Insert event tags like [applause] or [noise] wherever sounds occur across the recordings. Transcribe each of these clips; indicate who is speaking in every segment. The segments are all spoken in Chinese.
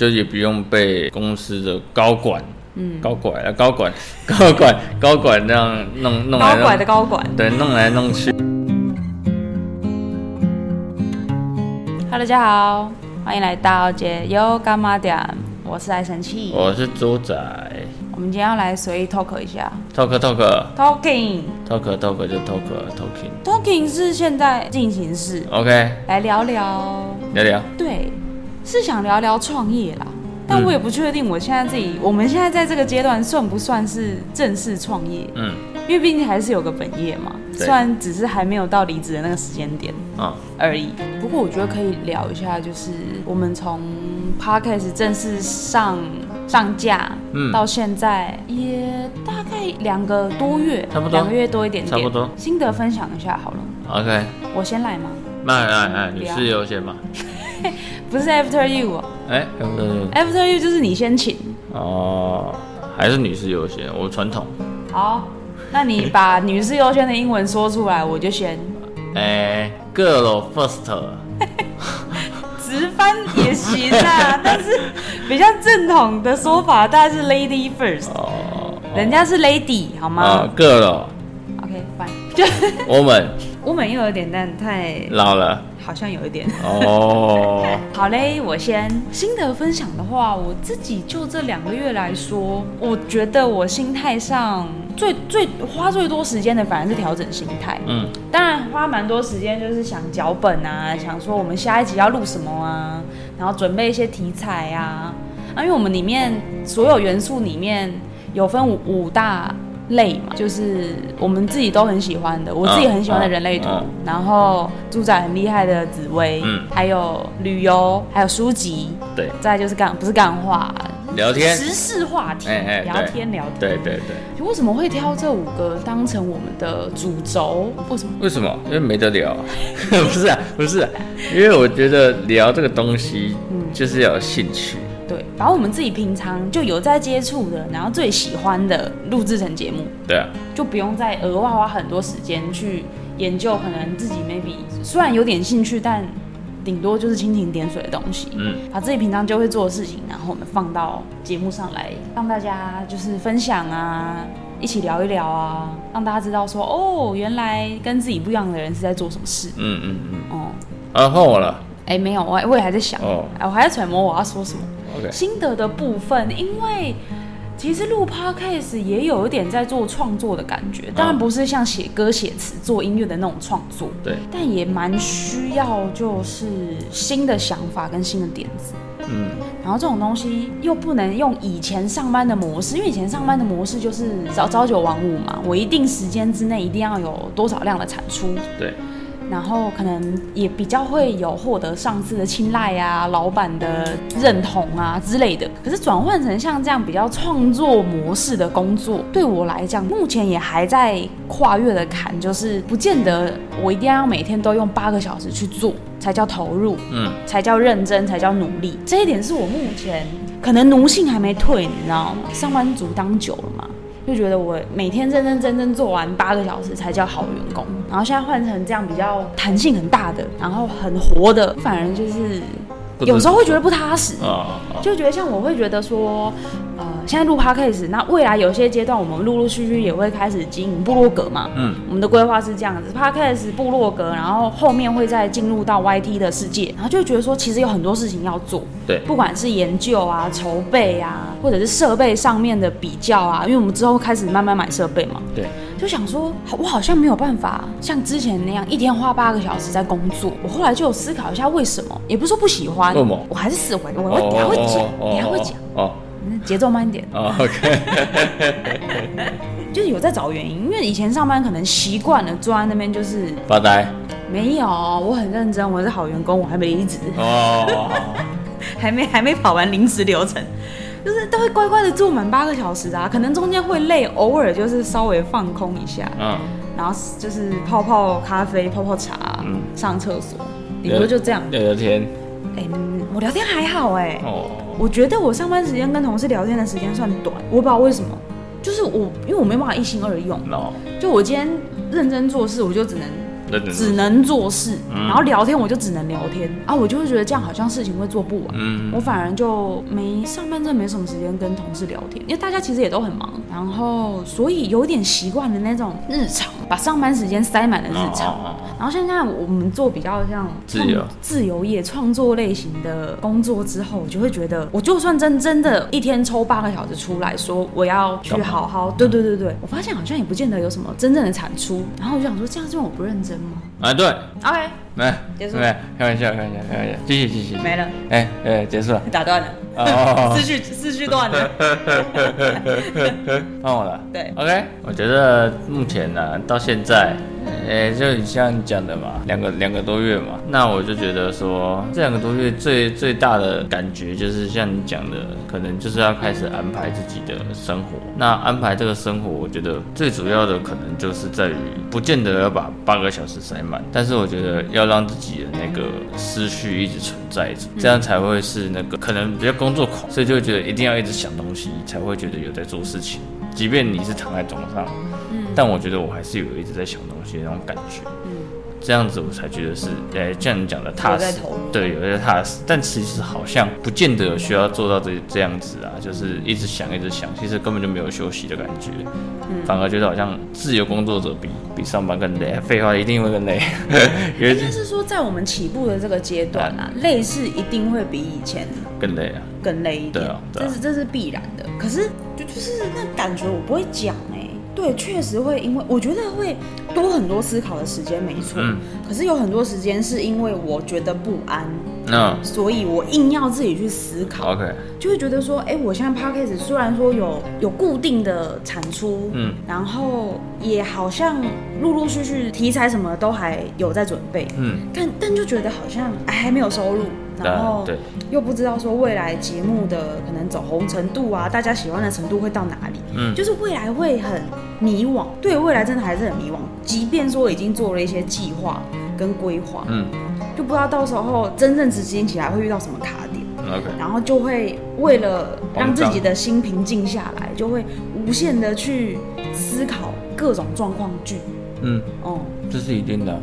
Speaker 1: 就也不用被公司的高管，嗯，高管啊，高管， [laughs] 高管，高管这样弄弄来
Speaker 2: 高
Speaker 1: 弄
Speaker 2: 管的高管。
Speaker 1: 对，弄来弄去。
Speaker 2: Hello，大家好，欢迎来到解忧干妈点，我是爱神器。
Speaker 1: 我是猪仔
Speaker 2: 我们今天要来随意 talk 一下
Speaker 1: ，talk talk
Speaker 2: ，talking
Speaker 1: talk talk 就 talk talking。
Speaker 2: talking 是现在进行式，
Speaker 1: OK，
Speaker 2: 来聊聊，
Speaker 1: 聊聊。
Speaker 2: 对，是想聊聊创业啦。但我也不确定，我现在自己，我们现在在这个阶段算不算是正式创业？
Speaker 1: 嗯，
Speaker 2: 因为毕竟还是有个本业嘛，
Speaker 1: 对
Speaker 2: 虽然只是还没有到离职的那个时间点。
Speaker 1: 啊，
Speaker 2: 而已。不过我觉得可以聊一下，就是我们从 podcast 正式上上架，
Speaker 1: 嗯
Speaker 2: 到现在也大概两个多月，
Speaker 1: 差不多
Speaker 2: 两个月多一点点，
Speaker 1: 差不多
Speaker 2: 心得分享一下好了，
Speaker 1: ，OK。
Speaker 2: 我先来吗？
Speaker 1: 那哎哎，
Speaker 2: 不
Speaker 1: 你
Speaker 2: 要
Speaker 1: 是有写吗？
Speaker 2: 不是 after you，after 哦、
Speaker 1: 哎，有没有
Speaker 2: after you 就是你先请。
Speaker 1: 哦，还是女士优先，我传统。
Speaker 2: 好，那你把女士优先的英文说出来，我就先。
Speaker 1: 哎，girl first。
Speaker 2: 直翻也行啊，但是比较正统的说法大概是 lady first，
Speaker 1: 哦，
Speaker 2: 人家是 lady 好
Speaker 1: 啊
Speaker 2: 吗
Speaker 1: ，girl，
Speaker 2: ？OK fine，就
Speaker 1: 我们
Speaker 2: 我们又有点但太
Speaker 1: 老了。
Speaker 2: 好像有一点。
Speaker 1: 哦，
Speaker 2: 好嘞，我先心得分享的话，我自己就这两个月来说，我觉得我心态上最最花最多时间的反而是调整心态。
Speaker 1: 嗯，
Speaker 2: 当然花蛮多时间，就是想脚本啊，想说我们下一集要录什么啊，然后准备一些题材啊。啊，因为我们里面所有元素里面有分五五大类嘛，就是我们自己都很喜欢的，我自己很喜欢的人类图，
Speaker 1: 嗯嗯嗯
Speaker 2: 然后猪仔很厉害的紫薇，
Speaker 1: 嗯
Speaker 2: 还有旅游，还有书籍，
Speaker 1: 对，
Speaker 2: 再来就是干不是干话，
Speaker 1: 聊天
Speaker 2: 时事话题，
Speaker 1: 哎哎
Speaker 2: 聊
Speaker 1: 对
Speaker 2: 天聊天。
Speaker 1: 对对对。
Speaker 2: 为什么会挑这五个当成我们的主轴？为什么？
Speaker 1: 为什么？因为没得聊、 [laughs] 不是啊，不是、啊，因为我觉得聊这个东西，就是要有兴趣。
Speaker 2: 对，把我们自己平常就有在接触的，然后最喜欢的录制成节目，
Speaker 1: 对啊，
Speaker 2: 就不用再额外花很多时间去研究，可能自己 maybe 虽然有点兴趣，但顶多就是蜻蜓点水的东西。
Speaker 1: 嗯，
Speaker 2: 把自己平常就会做的事情，然后我们放到节目上来，让大家就是分享啊，一起聊一聊啊，让大家知道说，哦，原来跟自己不一样的人是在做什么事。
Speaker 1: 嗯嗯嗯。
Speaker 2: 哦、
Speaker 1: 啊，换我了。
Speaker 2: 哎、没有，我我也还在想，哎、
Speaker 1: 哦
Speaker 2: 我还在揣摩我要说什么。
Speaker 1: OK，
Speaker 2: 心得的部分，因为其实录 podcast 也有一点在做创作的感觉，当然不是像写歌、写词、做音乐的那种创作，
Speaker 1: 对，
Speaker 2: 但也蛮需要就是新的想法跟新的点子。
Speaker 1: 嗯，
Speaker 2: 然后这种东西又不能用以前上班的模式，因为以前上班的模式就是早朝九晚五嘛，我一定时间之内一定要有多少量的产出，
Speaker 1: 对，
Speaker 2: 然后可能也比较会有获得上司的青睐啊、老板的认同啊之类的。可是转换成像这样比较创作模式的工作，对我来讲，目前也还在跨越的坎，就是不见得我一定要每天都用八个小时去做才叫投入，
Speaker 1: 嗯，
Speaker 2: 才叫认真，才叫努力。这一点是我目前可能奴性还没退，你知道吗？上班族当久了嘛，就觉得我每天认认真真做完八个小时才叫好员工。然后现在换成这样比较弹性很大的，然后很活的，反而就是
Speaker 1: 不知
Speaker 2: 有时候会觉得不踏实。
Speaker 1: 啊、哦，
Speaker 2: 就觉得像我会觉得说，呃，现在录 podcast，那未来有些阶段我们陆陆续续也会开始经营部落格嘛，
Speaker 1: 嗯，
Speaker 2: 我们的规划是这样子，podcast 部落格，然后后面会再进入到 YT 的世界，然后就会觉得说其实有很多事情要做，
Speaker 1: 对，
Speaker 2: 不管是研究啊、筹备啊，或者是设备上面的比较啊，因为我们之后开始慢慢买设备嘛，
Speaker 1: 对，
Speaker 2: 就想说，好我好像没有办法像之前那样一天花八个小时在工作。我后来就有思考一下为什么，也不是说不喜欢，
Speaker 1: 为什么
Speaker 2: 我还是死回，我会等下会讲，等下会讲，
Speaker 1: 哦
Speaker 2: 嗯节奏慢一点，
Speaker 1: 哦，OK，
Speaker 2: 就是有在找原因，因为以前上班可能习惯了坐在那边就是
Speaker 1: 发呆。
Speaker 2: 没有，我很认真，我是好员工，我还没离职，
Speaker 1: 哦，
Speaker 2: 还没还没跑完临时流程，就是都会乖乖的坐满八个小时的啊，可能中间会累，偶尔就是稍微放空一下，
Speaker 1: [laughs] 嗯，
Speaker 2: 然后就是泡泡咖啡、泡泡茶，
Speaker 1: 嗯
Speaker 2: 上厕所，顶多就这样。
Speaker 1: 聊聊天。
Speaker 2: 哎、嗯我聊天还好哎、
Speaker 1: 哦，
Speaker 2: 我觉得我上班时间跟同事聊天的时间算短，我不知道为什么，就是我因为我没办法一心二用，
Speaker 1: no，
Speaker 2: 就我今天认真做事，我就只能
Speaker 1: 认真
Speaker 2: 嗯只
Speaker 1: 做
Speaker 2: 能做事，嗯然后聊天我就只能聊天啊，我就会觉得这样好像事情会做不完。
Speaker 1: 嗯
Speaker 2: 我反而就没上半阵没什么时间跟同事聊天，因为大家其实也都很忙，然后所以有点习惯了那种日常，把上班时间塞满了
Speaker 1: 哦
Speaker 2: 日
Speaker 1: 嗯哦
Speaker 2: 常。
Speaker 1: 哦
Speaker 2: 然后现在我们做比较像
Speaker 1: 自
Speaker 2: 创
Speaker 1: 由
Speaker 2: 自由业创作类型的工作之后，我就会觉得，我就算真真的一天抽八个小时出来说我要去
Speaker 1: 干嘛
Speaker 2: 好好，对对对对，我发现好像也不见得有什么真正的产出。然后我就想说，这样这我不认真吗
Speaker 1: 啊对，
Speaker 2: ？OK，
Speaker 1: 来，
Speaker 2: 结束
Speaker 1: 来，开玩笑，开玩笑，开玩笑，继续继续，
Speaker 2: 没了，
Speaker 1: 哎哎，结束了，
Speaker 2: 打断了，
Speaker 1: 哦哦哦
Speaker 2: [laughs] 思绪思绪
Speaker 1: [laughs]
Speaker 2: 断了。
Speaker 1: 换我了，
Speaker 2: 对
Speaker 1: ，OK，我觉得目前呢、到现在。呃、就你像你讲的嘛，两个两个多月嘛，那我就觉得说，这两个多月最最大的感觉就是像你讲的，可能就是要开始安排自己的生活。那安排这个生活，我觉得最主要的可能就是在于，不见得要把八个小时塞满，但是我觉得要让自己的那个思绪一直存在着，这样才会是那个可能比较工作狂，所以就会觉得一定要一直想东西，才会觉得有在做事情。即便你是躺在床上，
Speaker 2: 嗯
Speaker 1: 但我觉得我还是有一直在想东西的那种感觉。这样子我才觉得是，呃、这像你讲的踏
Speaker 2: 有在
Speaker 1: 实
Speaker 2: 投入，
Speaker 1: 对，有在踏实。但其实好像不见得有需要做到这这样子啊，就是一直想，一直想，其实根本就没有休息的感觉，
Speaker 2: 嗯
Speaker 1: 反而觉得好像自由工作者比比上班更累。废话，一定会更累， [laughs] 因为
Speaker 2: 应该是说，在我们起步的这个阶段啊，
Speaker 1: 嗯
Speaker 2: 累是一定会比以前
Speaker 1: 更累啊。
Speaker 2: 更累一
Speaker 1: 对
Speaker 2: 点
Speaker 1: 啊，对啊
Speaker 2: 这是这是必然的。可是就就是那感觉，我不会讲哎、对，确实会，因为我觉得会多很多思考的时间，没错。
Speaker 1: 嗯
Speaker 2: 可是有很多时间是因为我觉得不安，
Speaker 1: 嗯
Speaker 2: 所以我硬要自己去思考。
Speaker 1: ，OK，
Speaker 2: 就会觉得说，哎、我现在 podcast 虽然说有有固定的产出，
Speaker 1: 嗯，
Speaker 2: 然后也好像陆陆续续题材什么都还有在准备，
Speaker 1: 嗯，
Speaker 2: 但但就觉得好像哎还没有收入，然后
Speaker 1: 对，
Speaker 2: 又不知道说未来节目的可能走红程度啊，大家喜欢的程度会到哪里，
Speaker 1: 嗯
Speaker 2: 就是未来会很迷惘，对未来真的还是很迷惘，即便说已经做了一些计划跟规划，
Speaker 1: 嗯
Speaker 2: 就不知道到时候真正执行起来会遇到什么卡点。
Speaker 1: 嗯，OK，
Speaker 2: 然后就会为了让自己的心平静下来，就会无限的去思考各种状况剧。
Speaker 1: 嗯，
Speaker 2: 哦、
Speaker 1: 这是一定的啊，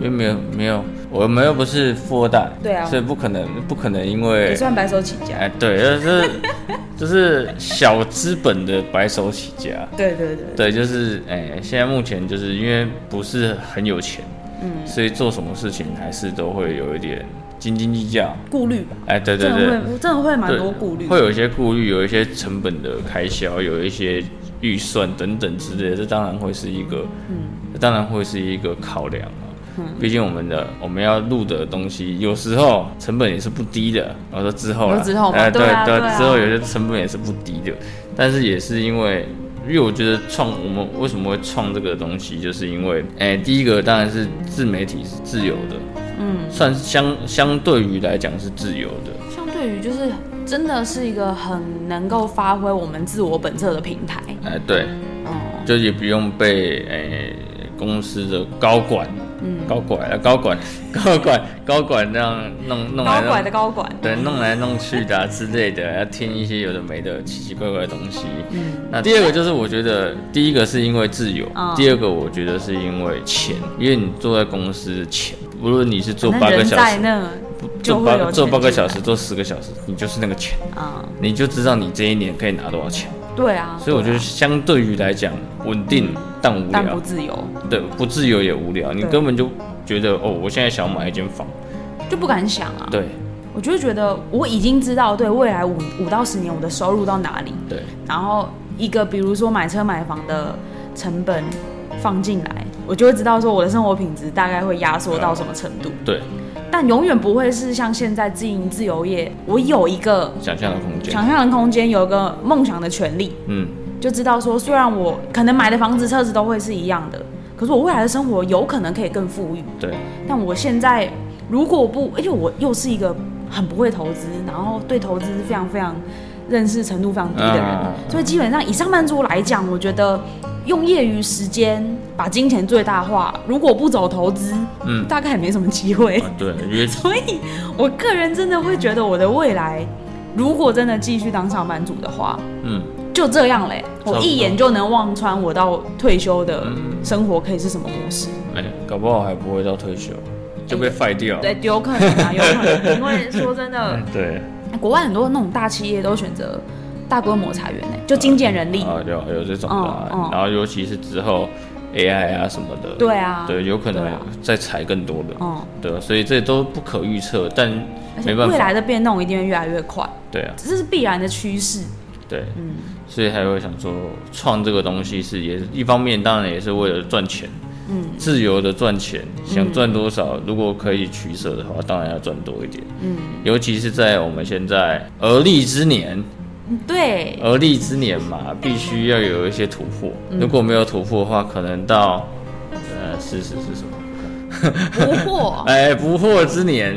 Speaker 1: 因为没有没有，我们又不是富二代，
Speaker 2: 嗯对啊
Speaker 1: 所以不可能不可能因为
Speaker 2: 也算白手起家。
Speaker 1: 哎，对，就是 [laughs] 就是小资本的白手起家。
Speaker 2: 对对对，
Speaker 1: 对，就是哎、现在目前就是因为不是很有钱，嗯，所以做什么事情还是都会有一点斤斤计较。
Speaker 2: 顾虑吧，
Speaker 1: 哎、对对
Speaker 2: 真的
Speaker 1: 对，
Speaker 2: 会真的会蛮
Speaker 1: 对，
Speaker 2: 多顾虑。
Speaker 1: 会有一些顾虑，有一些成本的开销，有一些预算等等之类的，这当然会是一个，
Speaker 2: 嗯
Speaker 1: 这当然会是一个考量啊。毕竟我们的我们要录的东西，有时候成本也是不低的。我说之后啦
Speaker 2: 有之后嘛
Speaker 1: 哎对
Speaker 2: 对啊对啊
Speaker 1: 之后有些成本也是不低的，但是也是因为。因为我觉得创我们为什么会创这个东西，就是因为，哎、第一个当然是自媒体是自由的，
Speaker 2: 嗯，
Speaker 1: 算相相对于来讲是自由的，
Speaker 2: 相对于就是真的是一个很能够发挥我们自我本色的平台。
Speaker 1: 哎、对，
Speaker 2: 哦、
Speaker 1: 就也不用被诶、公司的高管，
Speaker 2: 嗯
Speaker 1: 高管啊，高管， [laughs] 高管，高管那样弄弄来
Speaker 2: 高管的
Speaker 1: 弄，
Speaker 2: 高管。
Speaker 1: 对，弄来弄去的、啊、之类的，要听一些有的没的奇奇怪怪的东西。那第二个就是我觉得，第一个是因为自由，
Speaker 2: 嗯
Speaker 1: 第二个我觉得是因为钱，因为你坐在公司的钱，无论你是做
Speaker 2: 反
Speaker 1: 八
Speaker 2: 正
Speaker 1: 个
Speaker 2: 人
Speaker 1: 小
Speaker 2: 在
Speaker 1: 时，
Speaker 2: 那就
Speaker 1: 做
Speaker 2: 会有
Speaker 1: 八做
Speaker 2: 钱
Speaker 1: 八个
Speaker 2: 进来
Speaker 1: 小时，做十个小时，你就是那个钱，
Speaker 2: 啊、
Speaker 1: 你就知道你这一年可以拿多少钱。
Speaker 2: 对啊。
Speaker 1: 所以我觉
Speaker 2: 对
Speaker 1: 得
Speaker 2: 啊
Speaker 1: 相对于来讲，稳定但无
Speaker 2: 但不
Speaker 1: 聊，
Speaker 2: 自由，
Speaker 1: 对，不自由也无聊，你
Speaker 2: 对
Speaker 1: 根本就觉得哦，我现在想买一间房，
Speaker 2: 就不敢想啊。
Speaker 1: 对
Speaker 2: 我就会觉得我已经知道对未来五五到十年我的收入到哪里，
Speaker 1: 对，
Speaker 2: 然后一个比如说买车买房的成本放进来，我就会知道说我的生活品质大概会压缩到什么程度，
Speaker 1: 对，啊
Speaker 2: 但永远不会是像现在经营自由业，我有一个
Speaker 1: 想象的空间，
Speaker 2: 想象的空间，有一个梦想的权利，
Speaker 1: 嗯，
Speaker 2: 就知道说虽然我可能买的房子车子都会是一样的，可是我未来的生活有可能可以更富裕。
Speaker 1: 对，
Speaker 2: 但我现在如果不，而且我又是一个很不会投资，然后对投资非常非常认识程度非常低的人，
Speaker 1: 嗯
Speaker 2: 所以基本上以上班族来讲，我觉得用业余时间把金钱最大化，如果不走投资，
Speaker 1: 嗯
Speaker 2: 大概也没什么机会。
Speaker 1: 啊对，因为
Speaker 2: 所以我个人真的会觉得我的未来，如果真的继续当上班族的话，
Speaker 1: 嗯，
Speaker 2: 就这样嘞、
Speaker 1: 差
Speaker 2: 我
Speaker 1: 不多
Speaker 2: 一眼就能望穿我到退休的生活可以是什么模式。
Speaker 1: 哎、搞不好还不会到退休，就被 f 掉。
Speaker 2: 哎对，哎有可能啊，有可能，因为说真的，
Speaker 1: [laughs] 嗯，对，
Speaker 2: 国外很多那种大企业都选择大规模裁员呢、就精简人力。
Speaker 1: 啊，有有这种的啊、
Speaker 2: 嗯嗯
Speaker 1: 然后尤其是之后 AI 啊什么的，
Speaker 2: 对啊，
Speaker 1: 对，有可能
Speaker 2: 对啊
Speaker 1: 再裁更多的，
Speaker 2: 嗯，
Speaker 1: 对啊，所以这都不可预测，但
Speaker 2: 而且
Speaker 1: 没办
Speaker 2: 未
Speaker 1: 法，
Speaker 2: 来的变动一定会越来越快，
Speaker 1: 对啊，
Speaker 2: 这是必然的趋势。
Speaker 1: 对，
Speaker 2: 嗯，
Speaker 1: 所以才会想说，创这个东西是也是一方面，当然也是为了赚钱，
Speaker 2: 嗯，
Speaker 1: 自由的赚钱，想赚多少，如果可以取舍的话，当然要赚多一点，
Speaker 2: 嗯，
Speaker 1: 尤其是在我们现在而立之年，
Speaker 2: 对，
Speaker 1: 而立之年嘛，必须要有一些突破，
Speaker 2: 嗯
Speaker 1: 如果没有突破的话，可能到呃四十是什么？
Speaker 2: 不
Speaker 1: [laughs]
Speaker 2: 惑
Speaker 1: 哎，不惑之年，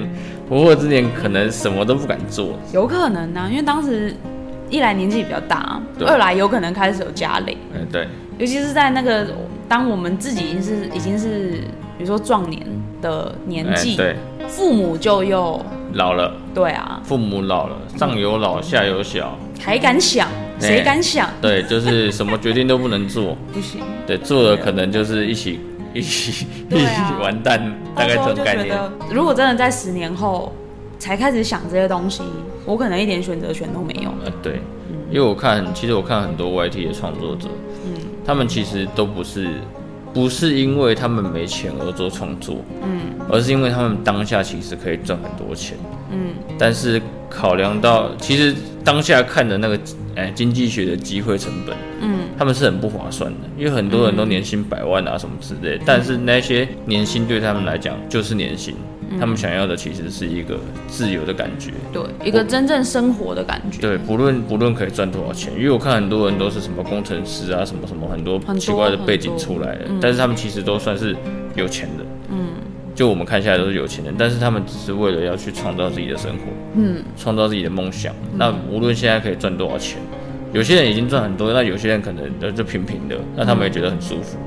Speaker 1: 不惑之年可能什么都不敢做，
Speaker 2: 有可能呢、因为当时一来年纪比较大，
Speaker 1: 对
Speaker 2: 二来有可能开始有家累，
Speaker 1: 哎，对，
Speaker 2: 尤其是在那个当我们自己已经是已经是比如说壮年的年
Speaker 1: 哎，
Speaker 2: 纪，
Speaker 1: 对，
Speaker 2: 父母就又
Speaker 1: 老了，
Speaker 2: 对啊，
Speaker 1: 父母老了，上有
Speaker 2: 嗯
Speaker 1: 老，下有小。
Speaker 2: 还敢想？
Speaker 1: 哎
Speaker 2: 谁敢想？
Speaker 1: 对，就是什么决定都不能做，
Speaker 2: 不行，
Speaker 1: 对，做了可能就是一起一起、一
Speaker 2: 对
Speaker 1: 起
Speaker 2: 啊
Speaker 1: 完蛋，大
Speaker 2: 到
Speaker 1: 概
Speaker 2: 时
Speaker 1: 这
Speaker 2: 候
Speaker 1: 种
Speaker 2: 就
Speaker 1: 概
Speaker 2: 觉
Speaker 1: 念。
Speaker 2: 得，如果真的在十年后才开始想这些东西，我可能一点选择权都没有。
Speaker 1: 呃，对，
Speaker 2: 嗯
Speaker 1: 因为我看，其实我看很多 YT 的创作者，他们其实都不是不是因为他们没钱而做创作，
Speaker 2: 嗯
Speaker 1: 而是因为他们当下其实可以赚很多钱，
Speaker 2: 嗯，
Speaker 1: 但是考量到其实当下看的那个哎经济学的机会成本，
Speaker 2: 嗯，
Speaker 1: 他们是很不划算的，因为很多人都年薪百万啊什么之
Speaker 2: 嗯
Speaker 1: 类，但是那些年薪对他们来讲就是年薪，
Speaker 2: 嗯
Speaker 1: 他们想要的其实是一个自由的感觉。
Speaker 2: 对，一个真正生活的感觉。
Speaker 1: 对，不论不论可以赚多少钱，因为我看很多人都是什么工程师啊，什么什么很多
Speaker 2: 很多
Speaker 1: 奇怪的背景
Speaker 2: 很多
Speaker 1: 出来的，但是他们其实都算是有钱的。嗯，就我们看下来都是有钱人，但是他们只是为了要去创造自己的生活，嗯，创造自己的梦想。那无论现在可以赚多少钱，有些人已经赚很多，那有些人可能呃就平平的，那他们也觉得很舒服。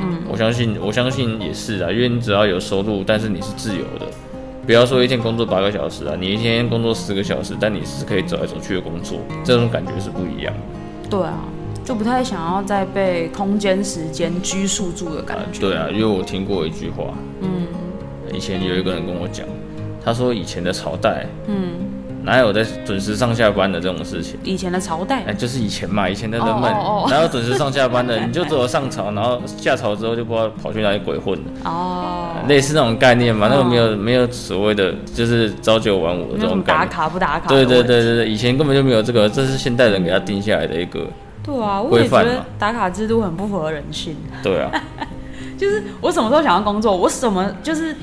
Speaker 1: 嗯，我相信，我相信也是啊，因为你只要有收入，但是你是自由的，不要说一天工作八个小时啊，你一天工作十个小时，但你是可以走来走去的工作，这种感觉是不一样的。
Speaker 2: 对啊，就不太想要再被空间、时间拘束住的感
Speaker 1: 啊
Speaker 2: 觉。
Speaker 1: 对啊，因为我听过一句话，嗯，以前有一个人跟我讲，他说以前的朝代，嗯，哪有在准时上下班的这种事情？
Speaker 2: 以前的朝代
Speaker 1: 哎，，就是以前嘛，以前的人们
Speaker 2: 哦哦哦
Speaker 1: 哪有准时上下班
Speaker 2: [laughs]
Speaker 1: 的？你就只有上朝，然后下朝之后就不知道跑去哪里鬼混了，
Speaker 2: 哦，
Speaker 1: 类似那种概念嘛。那个没有没有所谓的就是朝九晚五的
Speaker 2: 没
Speaker 1: 这
Speaker 2: 有什
Speaker 1: 种
Speaker 2: 么嗯打
Speaker 1: 概念。
Speaker 2: 卡不打卡。
Speaker 1: 对对，对对对，以前根本就没有这个，这是现代人给他定下来的一个。
Speaker 2: 对啊，我也
Speaker 1: 规
Speaker 2: 觉
Speaker 1: 范
Speaker 2: 得
Speaker 1: 嘛
Speaker 2: 打卡制度很不符合人性。
Speaker 1: 对啊，
Speaker 2: 就是我什么时候想要工作，我什么就是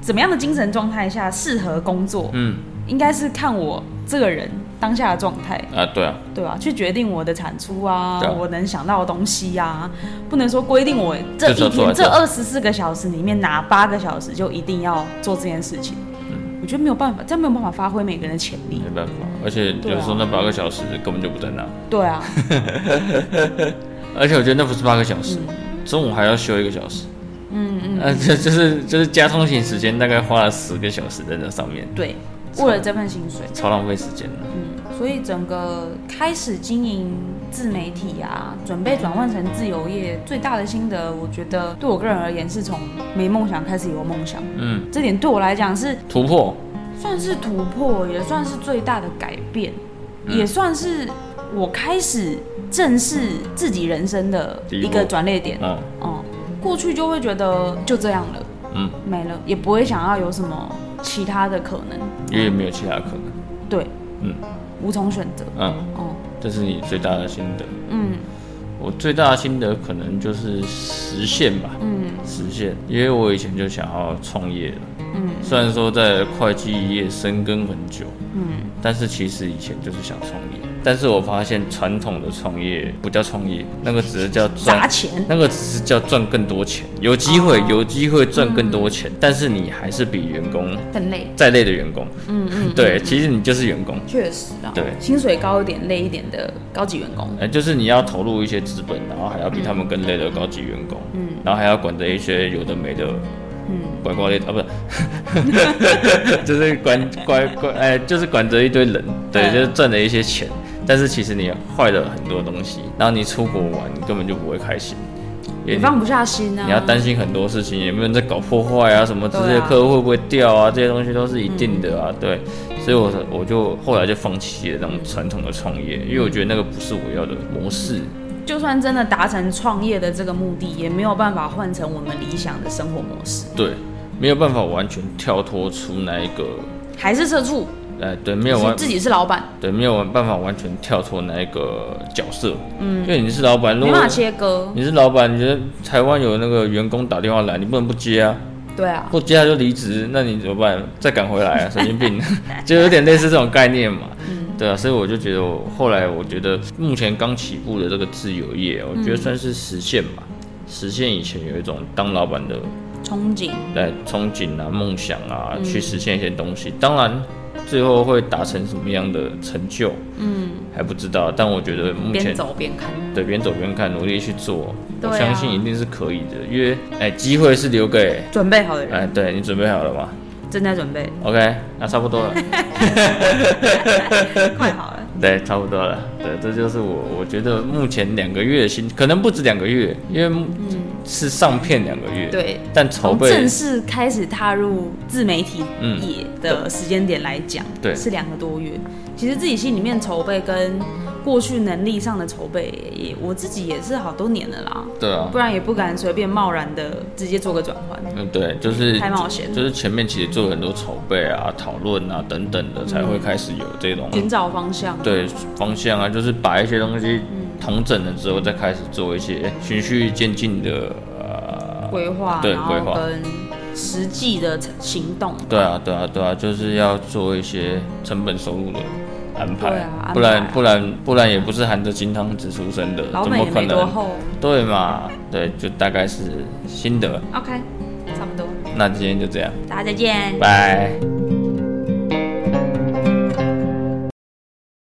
Speaker 2: 怎么样的精神状态下适合工作，
Speaker 1: 嗯
Speaker 2: 应该是看我这个人当下的状态，
Speaker 1: 啊，对啊，
Speaker 2: 对吧、去决定我的产出啊，
Speaker 1: 对啊
Speaker 2: 我能想到的东西啊，不能说规定我这
Speaker 1: 就是
Speaker 2: 一
Speaker 1: 要做
Speaker 2: 天
Speaker 1: 完
Speaker 2: 这
Speaker 1: 这
Speaker 2: 二十四个小时里面哪八个小时就一定要做这件事情。
Speaker 1: 嗯
Speaker 2: 我觉得没有办法，这样没有办法发挥每个人的潜力
Speaker 1: 没。办法，而且
Speaker 2: 啊
Speaker 1: 有时候那八个小时根本就不在那，
Speaker 2: 对啊，
Speaker 1: 而且我觉得那不是八个小时，中午还要休一个小时。嗯嗯嗯，呃，这就是就是加通勤时间，大概花了十个小时在那上面， [laughs]
Speaker 2: 对，为了这份薪水，
Speaker 1: 超浪费时间的。
Speaker 2: 所以整个开始经营自媒体啊，准备转换成自由业，最大的心得，我觉得对我个人而言是从没梦想开始有梦想，
Speaker 1: 嗯，
Speaker 2: 这点对我来讲是
Speaker 1: 突破，
Speaker 2: 算是突破，也算是最大的改变，也算是我开始正视自己人生的
Speaker 1: 第
Speaker 2: 一
Speaker 1: 一
Speaker 2: 个
Speaker 1: 步
Speaker 2: 转捩点。
Speaker 1: 嗯
Speaker 2: 嗯，过去就会觉得就这样了，
Speaker 1: 嗯，
Speaker 2: 没了，也不会想要有什么其他的可能，
Speaker 1: 因为没有其他可能。
Speaker 2: 对，
Speaker 1: 嗯，
Speaker 2: 无从选择。
Speaker 1: 嗯，
Speaker 2: 哦，
Speaker 1: 这是你最大的心得。
Speaker 2: 嗯。
Speaker 1: 我最大的心得可能就是实现吧，嗯，实现，因为我以前就想要创业了，嗯，虽然说在会计业深耕很久，嗯，但是其实以前就是想创业，但是我发现传统的创业不叫创业，那个只是叫
Speaker 2: 砸
Speaker 1: 赚，
Speaker 2: 钱，
Speaker 1: 那个只是叫赚更多钱，嗯有机会、有机会赚更多钱，但是你还是比员工
Speaker 2: 很累。
Speaker 1: 再累的员工，嗯嗯，对，其实你就是员工，
Speaker 2: 确实啊，
Speaker 1: 对
Speaker 2: 薪水高一点、累一点的高级员工，
Speaker 1: 呃，就是你要投入一些资本，然后还要比他们更累的高级员工，嗯，然后还要管着一些有的没的，嗯，拐瓜裂啊，不是， [laughs] 就是管管管，哎、就是管着一堆人，对，
Speaker 2: 嗯
Speaker 1: 就是赚了一些钱，但是其实你坏了很多东西，然后你出国玩，你根本就不会开心。因
Speaker 2: 你
Speaker 1: 为
Speaker 2: 放不下心啊。
Speaker 1: 你要担心很多事情，有没有人在搞破坏啊，什么之类
Speaker 2: 对
Speaker 1: 的，
Speaker 2: 啊嗯
Speaker 1: 客户会不会掉啊，这些东西都是一定的啊，对。所以我我就后来就放弃了那种传统的创业，因为我觉得那个不是我要的模式。
Speaker 2: 就算真的达成创业的这个目的，也没有办法换成我们理想的生活模式，
Speaker 1: 对，没有办法完全跳脱出那一个，
Speaker 2: 还是社畜，
Speaker 1: 呃，对，没
Speaker 2: 就
Speaker 1: 有
Speaker 2: 是
Speaker 1: 完
Speaker 2: 自己是老板，
Speaker 1: 对，没有办法完全跳脱那一个角色。嗯，因为你嗯是老板，如
Speaker 2: 没
Speaker 1: 果
Speaker 2: 办法切割。
Speaker 1: 你是老板，你觉得台湾有那个员工打电话来，你不能不接啊，
Speaker 2: 对啊，
Speaker 1: 不接他就离职，那你怎么办？再赶回来啊，神经
Speaker 2: [laughs]
Speaker 1: 病， [laughs] 就有点类似这种概念嘛。
Speaker 2: 嗯
Speaker 1: 对啊，所以我就觉得我后来我觉得目前刚起步的这个自由业，我觉得算是实现吧，
Speaker 2: 嗯
Speaker 1: 实现以前有一种当老板的
Speaker 2: 憧憬
Speaker 1: 来憧憬啊、梦想啊，
Speaker 2: 嗯
Speaker 1: 去实现一些东西。当然，最后会达成什么样的成就，嗯，还不知道。但我觉得目
Speaker 2: 边
Speaker 1: 前
Speaker 2: 走边看。
Speaker 1: 对边走边看，努力去做，
Speaker 2: 对啊
Speaker 1: 我相信一定是可以的。因为哎，机会是留给
Speaker 2: 准备好的人
Speaker 1: 哎，对你准备好了吗
Speaker 2: 正在准备，
Speaker 1: ？OK，那差不多
Speaker 2: [laughs]
Speaker 1: 了。
Speaker 2: 快好了。
Speaker 1: 对，差不多了。对，这就是我，我觉得目前两个月的薪，可能不止两个月，因为目是上片两个月。，
Speaker 2: 嗯对，
Speaker 1: 但筹
Speaker 2: 从
Speaker 1: 备
Speaker 2: 正式开始踏入自媒体业的时间点来讲，
Speaker 1: 嗯对
Speaker 2: 是两个多月。其实自己心里面筹备跟过去能力上的筹备也，我自己也是好多年了啦，
Speaker 1: 对啊
Speaker 2: 不，然也不敢随便贸然的直接做个转换，
Speaker 1: 嗯，对，就是
Speaker 2: 太冒险。
Speaker 1: 就是前面其实做了很多筹备啊、讨论啊等等
Speaker 2: 嗯
Speaker 1: 的，才会开始有这种、
Speaker 2: 寻找方向，
Speaker 1: 嗯对方向啊，就是把一些东西
Speaker 2: 嗯
Speaker 1: 统整了之后，再开始做一些循序渐进的呃，
Speaker 2: 规划，
Speaker 1: 对
Speaker 2: 然后
Speaker 1: 规划
Speaker 2: 跟实际的行动。
Speaker 1: 对啊，对啊，对啊，就是要做一些成本收入的安排，
Speaker 2: 对啊
Speaker 1: 不
Speaker 2: 安排
Speaker 1: 然
Speaker 2: 啊
Speaker 1: 不然不然也不是含着金汤匙出生的，
Speaker 2: 老
Speaker 1: 怎
Speaker 2: 本
Speaker 1: 么
Speaker 2: 也
Speaker 1: 可
Speaker 2: 没多
Speaker 1: 能？
Speaker 2: 厚
Speaker 1: 对嘛？对，就大概是心得。
Speaker 2: ，OK，差不多，
Speaker 1: 那今天就这样，
Speaker 2: 大家再见。
Speaker 1: 拜。